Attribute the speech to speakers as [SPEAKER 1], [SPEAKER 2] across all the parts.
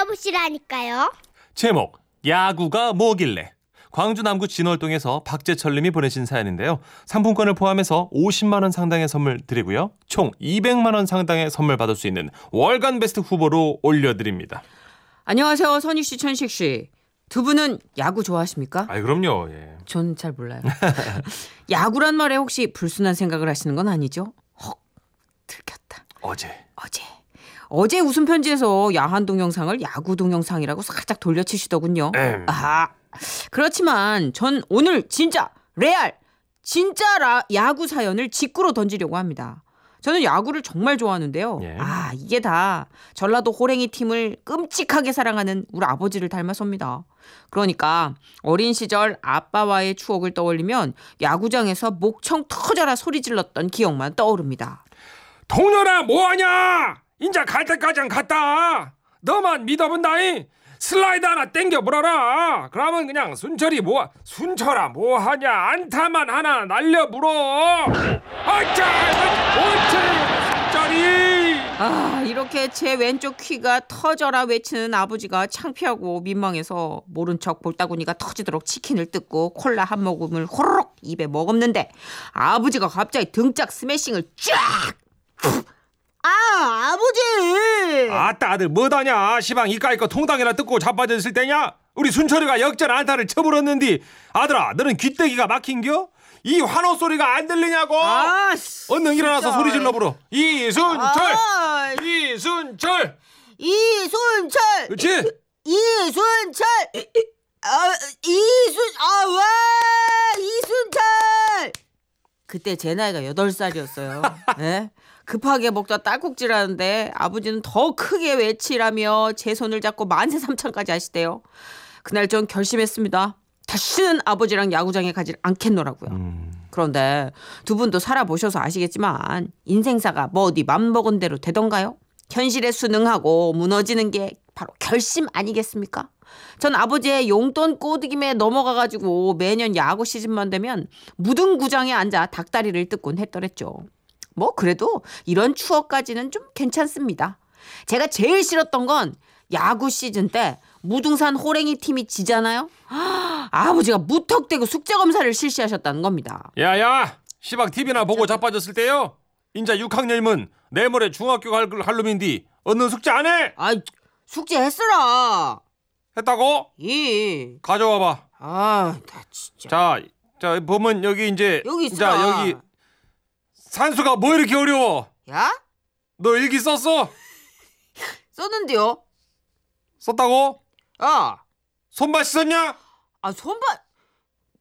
[SPEAKER 1] 해보시라니까요.
[SPEAKER 2] 제목 야구가 뭐길래 광주 남구 진월동에서 박재철 님이 보내신 사연인데요. 상품권을 포함해서 50만 원 상당의 선물 드리고요. 총 200만 원 상당의 선물 받을 수 있는 월간 베스트 후보로 올려드립니다.
[SPEAKER 3] 안녕하세요, 선희 씨, 천식 씨. 두 분은 야구 좋아하십니까?
[SPEAKER 2] 아이 그럼요. 예.
[SPEAKER 3] 저는 잘 몰라요. 야구란 말에 혹시 불순한 생각을 하시는 건 아니죠? 헉, 들켰다.
[SPEAKER 2] 어제
[SPEAKER 3] 어제. 어제 웃음 편지에서 야한 동영상을 야구 동영상이라고 살짝 돌려치시더군요.
[SPEAKER 2] 음.
[SPEAKER 3] 아, 그렇지만 전 오늘 진짜 레알 진짜 라, 야구 사연을 직구로 던지려고 합니다. 저는 야구를 정말 좋아하는데요.
[SPEAKER 2] 예.
[SPEAKER 3] 아 이게 다 전라도 호랭이 팀을 끔찍하게 사랑하는 우리 아버지를 닮아섭니다. 그러니까 어린 시절 아빠와의 추억을 떠올리면 야구장에서 목청 터져라 소리 질렀던 기억만 떠오릅니다.
[SPEAKER 2] 동료라 뭐하냐? 인자 갈 때까지 안 갔다. 너만 믿어본다이. 슬라이드 하나 땡겨 물어라. 그러면 그냥 순철이 뭐 순철아 뭐하냐? 안타만 하나 날려 물어. 아차, 어째 순철이.
[SPEAKER 3] 아 이렇게 제 왼쪽 귀가 터져라 외치는 아버지가 창피하고 민망해서 모른 척 볼따구니가 터지도록 치킨을 뜯고 콜라 한 모금을 호로록 입에 먹었는데 아버지가 갑자기 등짝 스매싱을 쫙! 아 아버지!
[SPEAKER 2] 아따 아들 뭐다냐? 시방 이까이 거 통당이나 뜯고 자빠졌을 때냐? 우리 순철이가 역전 안타를 쳐버렸는디 아들아 너는 귀때기가 막힌겨? 이 환호 소리가 안 들리냐고?
[SPEAKER 3] 아, 씨,
[SPEAKER 2] 얼른 어? 일어나서
[SPEAKER 3] 진짜.
[SPEAKER 2] 소리 질러 부러 이순철
[SPEAKER 3] 아,
[SPEAKER 2] 이순철
[SPEAKER 3] 이순철!
[SPEAKER 2] 그렇지
[SPEAKER 3] 이순철! 아, 이순, 아, 와! 이순철! 그때 제 나이가 8살이었어요. 네? 급하게 먹다 딸꾹질 하는데 아버지는 더 크게 외치라며 제 손을 잡고 만세 삼창까지 하시대요. 그날 전 결심했습니다. 다시는 아버지랑 야구장에 가지 않겠노라고요. 그런데 두 분도 살아보셔서 아시겠지만 인생사가 뭐 어디 맘먹은 대로 되던가요? 현실에 순응하고 무너지는 게 바로 결심 아니겠습니까? 전 아버지의 용돈 꼬드김에 넘어가가지고 매년 야구 시즌만 되면 무등 구장에 앉아 닭다리를 뜯곤 했더랬죠. 뭐 그래도 이런 추억까지는 좀 괜찮습니다. 제가 제일 싫었던 건 야구 시즌 때 무등산 호랭이 팀이 지잖아요. 아버지가 무턱대고 숙제 검사를 실시하셨다는 겁니다.
[SPEAKER 2] 야야 시방 TV나 보고 자빠졌을 때요 인자 6학년이면 내모레 중학교 갈, 갈 놈인디 얻는 숙제 안 해
[SPEAKER 3] 아, 숙제 했으라.
[SPEAKER 2] 했다고
[SPEAKER 3] 이.
[SPEAKER 2] 가져와봐
[SPEAKER 3] 아, 나 진짜.
[SPEAKER 2] 자자 보면 여기 이제
[SPEAKER 3] 여기 있어.
[SPEAKER 2] 자 여기 산수가 뭐 이렇게 어려워
[SPEAKER 3] 야?
[SPEAKER 2] 너 일기 썼어
[SPEAKER 3] 썼는데요.
[SPEAKER 2] 썼다고
[SPEAKER 3] 야.
[SPEAKER 2] 손맛 씻었냐
[SPEAKER 3] 아, 손발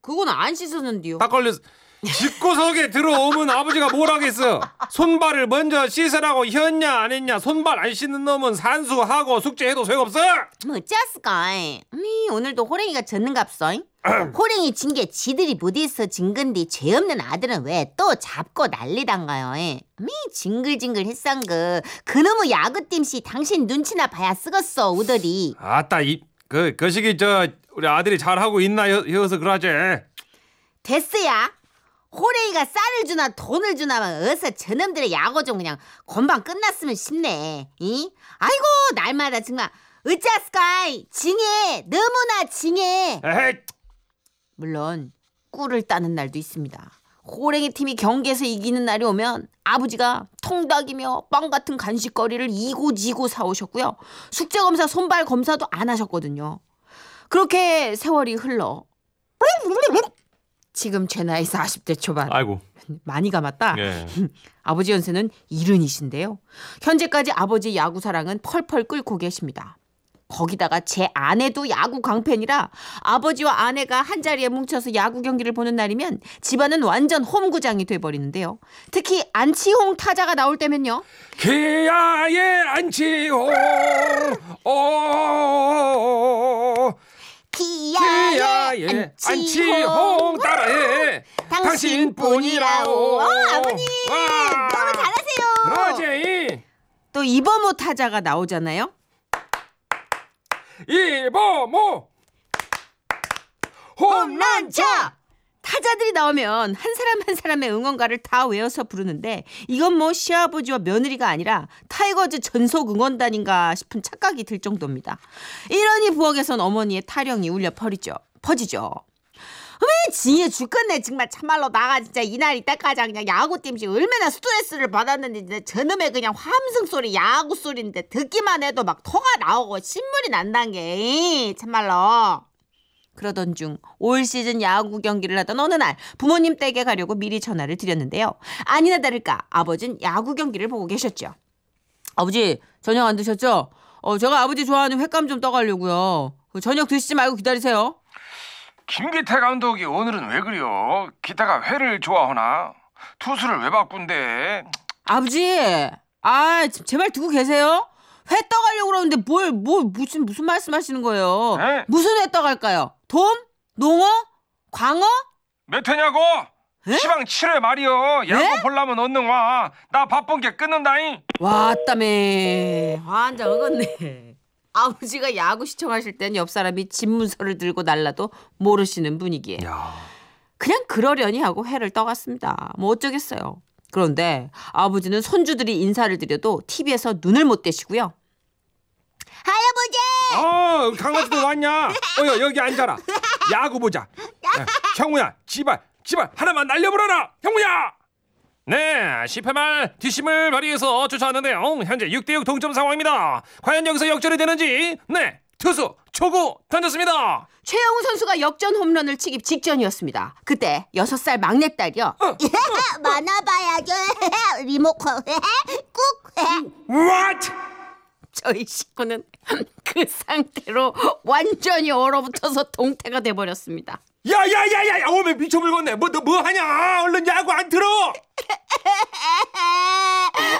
[SPEAKER 3] 그건 안 씻었는데요.
[SPEAKER 2] 다 걸렸어. 집구석에 들어오면 아버지가 뭘 하겠어? 손발을 먼저 씻으라고 했냐 안 했냐? 손발 안 씻는 놈은 산수하고 숙제해도 소용없어.
[SPEAKER 3] 뭐짰을까 음, 오늘도 호랭이가 졌는갑소. 호랭이 진 게 지들이 못해서 진 건데 죄 없는 아들은 왜 또 잡고 난리단가요? 미 징글징글 했산 그 그놈의 야구팀씨 당신 눈치나 봐야 쓰겄어 우더리.
[SPEAKER 2] 아따 이그 그 시기 저 우리 아들이 잘 하고 있나 해서 그러지.
[SPEAKER 3] 됐어야. 호랭이가 쌀을 주나 돈을 주나 막 어서 저놈들의 야구 좀 그냥 건방 끝났으면 싶네. 이? 아이고 날마다 정말 으짜스카이 징해 너무나 징해.
[SPEAKER 2] 에헤.
[SPEAKER 3] 물론 꿀을 따는 날도 있습니다. 호랭이 팀이 경기에서 이기는 날이 오면 아버지가 통닭이며 빵 같은 간식거리를 이고지고 사오셨고요. 숙제 검사, 손발 검사도 안 하셨거든요. 그렇게 세월이 흘러 지금 제 나이 40대 초반
[SPEAKER 2] 아이고.
[SPEAKER 3] 많이 감았다.
[SPEAKER 2] 예.
[SPEAKER 3] 아버지 연세는 70이신데요. 현재까지 아버지 야구 사랑은 펄펄 끓고 계십니다. 거기다가 제 아내도 야구 강팬이라 아버지와 아내가 한 자리에 뭉쳐서 야구 경기를 보는 날이면 집안은 완전 홈구장이 돼버리는데요. 특히 안치홍 타자가 나올 때면요.
[SPEAKER 2] 기아의 안치홍. 오. 기아의 안치홍 따라해.
[SPEAKER 3] 당신뿐이라오. 어, 아버님,
[SPEAKER 2] 너무
[SPEAKER 3] 잘하세요.
[SPEAKER 2] 그러지.
[SPEAKER 3] 또 이범호 타자가 나오잖아요.
[SPEAKER 2] 뭐, 이보모 홈런
[SPEAKER 3] 홈런차 타자들이 나오면 한 사람 한 사람의 응원가를 다 외워서 부르는데 이건 뭐 시아버지와 며느리가 아니라 타이거즈 전속 응원단인가 싶은 착각이 들 정도입니다. 이러니 부엌에선 어머니의 타령이 울려 퍼리죠. 퍼지죠. 왜 징해 죽겠네 정말 참말로 나가 진짜 이날 이때까지 그냥 야구 땜시 얼마나 스트레스를 받았는지 진짜 저놈의 그냥 함성 소리 야구 소리인데 듣기만 해도 막 토가 나오고 신물이 난단 게 에이, 참말로 그러던 중 올 시즌 야구 경기를 하던 어느 날 부모님 댁에 가려고 미리 전화를 드렸는데요 아니나 다를까 아버진 야구 경기를 보고 계셨죠 아버지 저녁 안 드셨죠? 어 제가 아버지 좋아하는 횟감 좀 떠가려고요 그 저녁 드시지 말고 기다리세요
[SPEAKER 2] 김기태 감독이 오늘은 왜 그래요? 기태가 회를 좋아하나? 투수를 왜 바꾼대?
[SPEAKER 3] 아버지, 아, 지- 제발 두고 계세요. 회 떠가려고 그러는데 뭘, 뭘, 무슨, 무슨 말씀 하시는 거예요?
[SPEAKER 2] 에?
[SPEAKER 3] 무슨 회 떠갈까요? 돔? 농어? 광어?
[SPEAKER 2] 몇 회냐고?
[SPEAKER 3] 에?
[SPEAKER 2] 시방 7회 말이요. 야구 보려면 언능 와. 나 바쁜 게 끊는다잉.
[SPEAKER 3] 왔다메. 완전 어긋네. 아버지가 야구 시청하실 땐 옆 사람이 집 문서를 들고 날라도 모르시는 분위기에
[SPEAKER 2] 야.
[SPEAKER 3] 그냥 그러려니 하고 회를 떠갔습니다. 뭐 어쩌겠어요. 그런데 아버지는 손주들이 인사를 드려도 TV에서 눈을 못 떼시고요. 할아버지!
[SPEAKER 2] 어, 강아지도 왔냐? 어여 여기 앉아라. 야구 보자. 야, 형우야, 지발, 지발 하나만 날려버려라. 형우야. 네, 10회 말 뒷심을 발휘해서 쫓아왔는데요. 현재 6대6 동점 상황입니다. 과연 여기서 역전이 되는지. 네, 투수 초구 던졌습니다.
[SPEAKER 3] 최영우 선수가 역전 홈런을 치기 직전이었습니다. 그때 여섯 살 막내딸이요.
[SPEAKER 2] 어.
[SPEAKER 3] 예,
[SPEAKER 1] 많아봐야죠. 리모컨 꾹.
[SPEAKER 2] What?
[SPEAKER 3] 저희 식구는 그 상태로 완전히 얼어붙어서 동태가 돼버렸습니다.
[SPEAKER 2] 야야야야야, 오메 미쳐 불겠네. 뭐너 뭐 하냐? 얼른 야구 안 들어.
[SPEAKER 1] 아,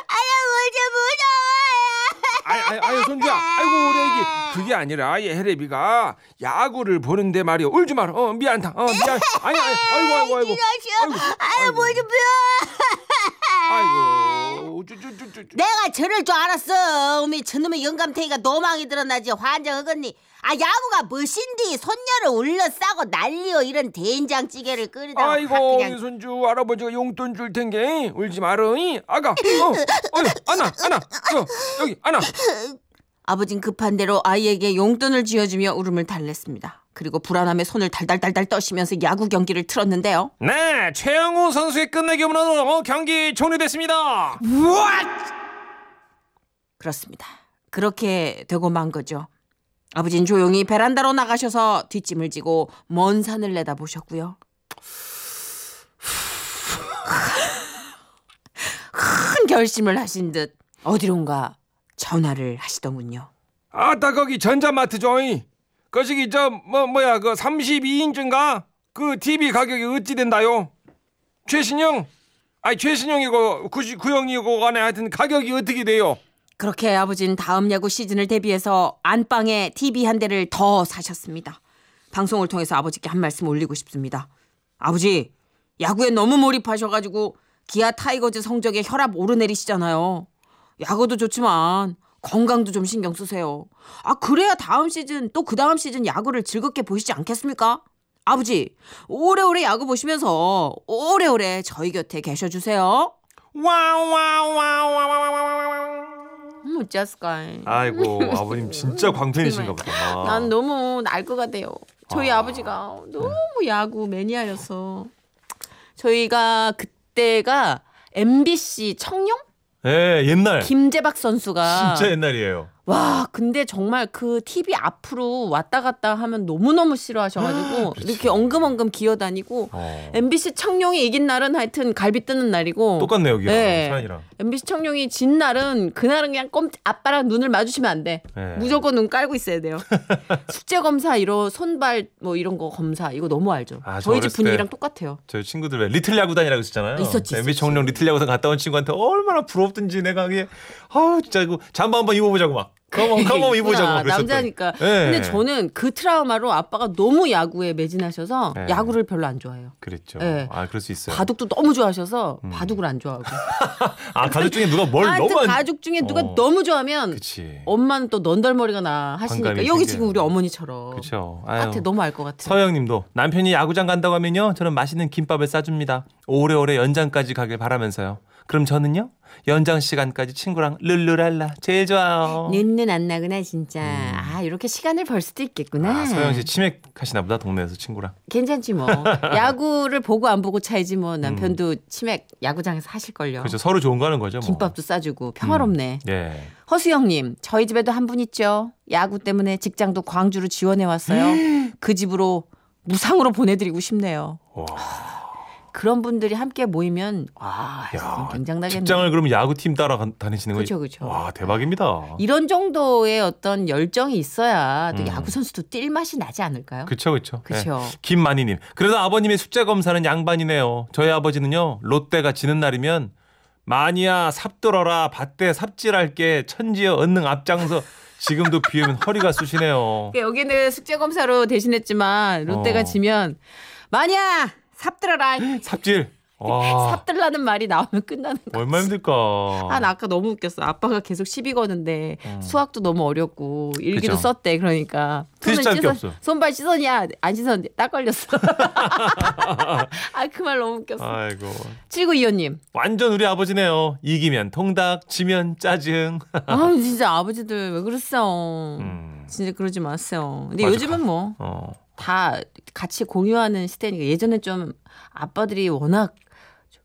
[SPEAKER 1] 할아버지 무서워요.
[SPEAKER 2] 아유, 아유, 아유, 손주야. 아이고, 우리 애기. 그게 아니라, 얘 혜래비가 야구를 보는데 말이야. 울지 마라. 어, 미안다. 어, 미안. 아니, 아니, 아이고, 아이고, 아이고.
[SPEAKER 1] 싫어 싫어. 할아버지 무서워.
[SPEAKER 2] 아이고. 쭈쭈쭈쭈.
[SPEAKER 3] 네,
[SPEAKER 1] 내가 저럴 줄 알았어. 어미 저놈의 영감탱이가 노망이 드러나지 환장 어긋니. 아 야구가 멋인디 손녀를 울려 싸고 난리여 이런 된장찌개를
[SPEAKER 3] 네,
[SPEAKER 1] 끓이다가
[SPEAKER 2] 아이고,
[SPEAKER 1] 그냥
[SPEAKER 2] 우리 손주 할아버지가 용돈 줄 텐게. 울지 마라. 이. 아가. 어, 어이, 안아, 안아. 어, 여기, 안아.
[SPEAKER 3] 아버진 급한 대로 아이에게 용돈을 쥐어주며 울음을 달랬습니다. 그리고 불안함에 손을 달달달달 떠시면서 야구 경기를 틀었는데요.
[SPEAKER 2] 네, 최영우 선수의 끝내기 홈런으로 어, 경기 종료됐습니다.
[SPEAKER 3] 그렇습니다. 그렇게 되고 만 거죠. 아버진 조용히 베란다로 나가셔서 뒷짐을 지고 먼 산을 내다보셨고요. 큰 결심을 하신 듯 어디론가 전화를 하시더군요.
[SPEAKER 2] 아따 거기 전자마트 조이 거시기 저 뭐 뭐야 그 32인치인가 그 TV 가격이 어찌 된다요 최신형 아니 최신형이고 구시, 구형이고 간에 하여튼 가격이 어떻게 돼요
[SPEAKER 3] 그렇게 아버진 다음 야구 시즌을 대비해서 안방에 TV 한 대를 더 사셨습니다. 방송을 통해서 아버지께 한 말씀 올리고 싶습니다. 아버지, 야구에 너무 몰입하셔가지고 기아 타이거즈 성적에 혈압 오르내리시잖아요. 야구도 좋지만 건강도 좀 신경 쓰세요. 아, 그래야 다음 시즌 또 그 다음 시즌 야구를 즐겁게 보시지 않겠습니까? 아버지, 오래오래 야구 보시면서 오래오래 저희 곁에 계셔주세요.
[SPEAKER 2] 와와와와와와와와
[SPEAKER 3] 음, 어쩌스까잉.
[SPEAKER 2] 아이고 아버님 진짜 광팬이신가
[SPEAKER 4] 아.
[SPEAKER 2] 보다
[SPEAKER 3] 난 너무 날거가 돼요. 저희 아... 버지가 너무 야구 매니아여서 저희가 그때가 MBC 청룡
[SPEAKER 4] 예, 옛날.
[SPEAKER 3] 김재박 선수가
[SPEAKER 4] 진짜 옛날이에요.
[SPEAKER 3] 와 근데 정말 그 TV 앞으로 왔다 갔다 하면 너무 너무
[SPEAKER 4] 아,
[SPEAKER 3] 싫어하셔가지고 이렇게 엉금엉금 기어다니고
[SPEAKER 4] 어.
[SPEAKER 3] MBC 청룡이 이긴 날은 하여튼 갈비 뜨는 날이고
[SPEAKER 4] 똑같네요, 여기.
[SPEAKER 3] 네.
[SPEAKER 4] 사연이랑.
[SPEAKER 3] MBC 청룡이 진 날은 그날은 그냥 꼼 아빠랑 눈을 마주치면 안 돼.
[SPEAKER 4] 네.
[SPEAKER 3] 무조건 눈 깔고 있어야 돼요. 숙제 검사 이런 손발 뭐 이런 거 검사 이거 너무 알죠.
[SPEAKER 4] 아, 저
[SPEAKER 3] 저희 집
[SPEAKER 4] 어렸을
[SPEAKER 3] 분위기랑
[SPEAKER 4] 때.
[SPEAKER 3] 똑같아요.
[SPEAKER 4] 저희 친구들 왜 리틀 야구단이라고 있었잖아요.
[SPEAKER 3] 있었지,
[SPEAKER 4] MB
[SPEAKER 3] 있었지.
[SPEAKER 4] 청룡 리틀 야구단 갔다 온 친구한테 얼마나 부럽든지 내가 그게 아우 진짜 이거 잠바 한번 입어보자고 막 컴온
[SPEAKER 3] 있구나,
[SPEAKER 4] 컴온 이보자고 그랬었던.
[SPEAKER 3] 남자니까.
[SPEAKER 4] 예.
[SPEAKER 3] 근데 저는 그 트라우마로 아빠가 너무 야구에 매진하셔서
[SPEAKER 4] 예.
[SPEAKER 3] 야구를 별로 안 좋아해요.
[SPEAKER 4] 그랬죠.
[SPEAKER 3] 예.
[SPEAKER 4] 아 그럴 수 있어요.
[SPEAKER 3] 바둑도 너무 좋아하셔서 바둑을 안 좋아하고.
[SPEAKER 4] 아 가족 중에 누가 음. 뭘
[SPEAKER 3] 하여튼
[SPEAKER 4] 너무 안
[SPEAKER 3] 가족 중에 누가
[SPEAKER 4] 어.
[SPEAKER 3] 너무 좋아하면
[SPEAKER 4] 그치.
[SPEAKER 3] 엄마는 또 넌덜머리가 나 하시니까
[SPEAKER 4] 반감이
[SPEAKER 3] 여기
[SPEAKER 4] 생겨요.
[SPEAKER 3] 지금 우리 어머니처럼
[SPEAKER 4] 그렇죠.
[SPEAKER 3] 나한테 너무 알 것 같아.
[SPEAKER 4] 서영님도 남편이 야구장 간다고 하면요, 저는 맛있는 김밥을 싸줍니다. 오래오래 연장까지 가길 바라면서요. 그럼 저는요, 연장 시간까지 친구랑 룰루랄라 제일 좋아요.
[SPEAKER 3] 눈은 안 나구나 진짜. 아 이렇게 시간을 벌 수도 있겠구나.
[SPEAKER 4] 음. 아, 서영 씨 치맥하시나 보다 동네에서 친구랑.
[SPEAKER 3] 괜찮지 뭐. 야구를 보고 안 보고 차이지 뭐 남편도 치맥 야구장에서 하실 걸요.
[SPEAKER 4] 음. 그렇죠. 서로 좋은 거 하는 거죠. 뭐.
[SPEAKER 3] 어. 김밥도 싸주고 평화롭네.
[SPEAKER 4] 예.
[SPEAKER 3] 허수영님, 저희 집에도 한 분 있죠. 야구 때문에 직장도 광주로 지원해 왔어요. 그 집으로 무상으로 보내드리고 싶네요.
[SPEAKER 4] 네. 와.
[SPEAKER 3] 그런 분들이 함께 모이면 와
[SPEAKER 4] 야,
[SPEAKER 3] 굉장하겠네요.
[SPEAKER 4] 직장을 그럼 야구팀 따라 다니시는 거죠?
[SPEAKER 3] 그쵸, 예. 그쵸.
[SPEAKER 4] 와 대박입니다.
[SPEAKER 3] 이런 정도의 어떤 열정이 있어야 또 야구 선수도 뛸 맛이 나지 않을까요?
[SPEAKER 4] 음. 그렇죠, 그렇죠.
[SPEAKER 3] 그쵸.
[SPEAKER 4] 김만희님. 그래도 아버님의 숫자 검사는 양반이네요. 저희 아버지는요. 롯데가 지는 날이면 마니아 삽돌어라 밭대 삽질할게 천지여 언능 앞장서 지금도 비오면 허리가 쑤시네요.
[SPEAKER 3] 그러니까 여기는 숙제 검사로 대신했지만 롯데가
[SPEAKER 4] 어. 아.
[SPEAKER 3] 지면 마냐 삽들어라
[SPEAKER 4] 삽질. 와
[SPEAKER 3] 삽들라는 말이 나오면 끝나는 거.
[SPEAKER 4] 얼마나 힘들까.
[SPEAKER 3] 아, 나 아까 너무 웃겼어. 아빠가 계속 시비 거는데 수학도 너무 어렵고 일기도
[SPEAKER 4] 그죠.
[SPEAKER 3] 썼대. 그러니까
[SPEAKER 4] 드실
[SPEAKER 3] 손은
[SPEAKER 4] 게
[SPEAKER 3] 씻었-
[SPEAKER 4] 없어.
[SPEAKER 3] 손발 씻었냐? 안 씻었는데 딱 걸렸어. 아 그 말 너무 웃겼어.
[SPEAKER 4] 아이고
[SPEAKER 3] 칠구 이호님.
[SPEAKER 4] 완전 우리 아버지네요. 이기면 통닭, 지면 짜증.
[SPEAKER 3] 아 진짜 아버지들 왜 그랬어?
[SPEAKER 4] 음,
[SPEAKER 3] 진짜 그러지 마세요. 근데
[SPEAKER 4] 맞아.
[SPEAKER 3] 요즘은
[SPEAKER 4] 어.
[SPEAKER 3] 뭐 다 같이 공유하는 시대니까 예전에 좀 아빠들이 워낙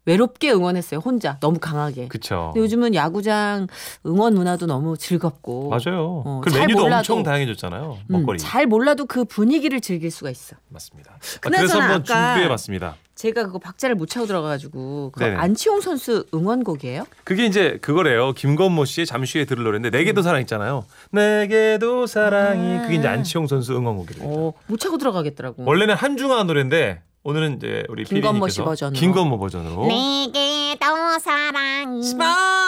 [SPEAKER 3] 외롭게 응원했어요. 혼자 너무 강하게.
[SPEAKER 4] 그쵸.
[SPEAKER 3] 근데 요즘은 야구장 응원 문화도 너무 즐겁고
[SPEAKER 4] 맞아요.
[SPEAKER 3] 어,
[SPEAKER 4] 그
[SPEAKER 3] 잘
[SPEAKER 4] 메뉴도
[SPEAKER 3] 몰라도-
[SPEAKER 4] 엄청 다양해졌잖아요.
[SPEAKER 3] 음,
[SPEAKER 4] 먹거리.
[SPEAKER 3] 잘 몰라도 그 분위기를 즐길 수가 있어.
[SPEAKER 4] 맞습니다. 아,
[SPEAKER 3] 그나저나
[SPEAKER 4] 그래서 한번
[SPEAKER 3] 아까-
[SPEAKER 4] 준비해봤습니다.
[SPEAKER 3] 제가 그거 박자를 못 차고 들어가가지고 그
[SPEAKER 4] 네네.
[SPEAKER 3] 안치홍 선수 응원곡이에요?
[SPEAKER 4] 그게 이제 그거래요. 김건모 씨의 잠시 후에 들을 노래인데
[SPEAKER 3] 음.
[SPEAKER 4] 내게도 사랑 있잖아요. 내게도
[SPEAKER 3] 아.
[SPEAKER 4] 사랑이 그게 이제 안치홍 선수 응원곡이래요.
[SPEAKER 3] 어, 못 차고 들어가겠더라고.
[SPEAKER 4] 원래는 한중하 노래인데 오늘은 이제 우리
[SPEAKER 3] 김건모 씨
[SPEAKER 4] PD님께서
[SPEAKER 3] 버전으로.
[SPEAKER 4] 김건모 버전으로
[SPEAKER 1] 내게 더 사랑이
[SPEAKER 3] 스마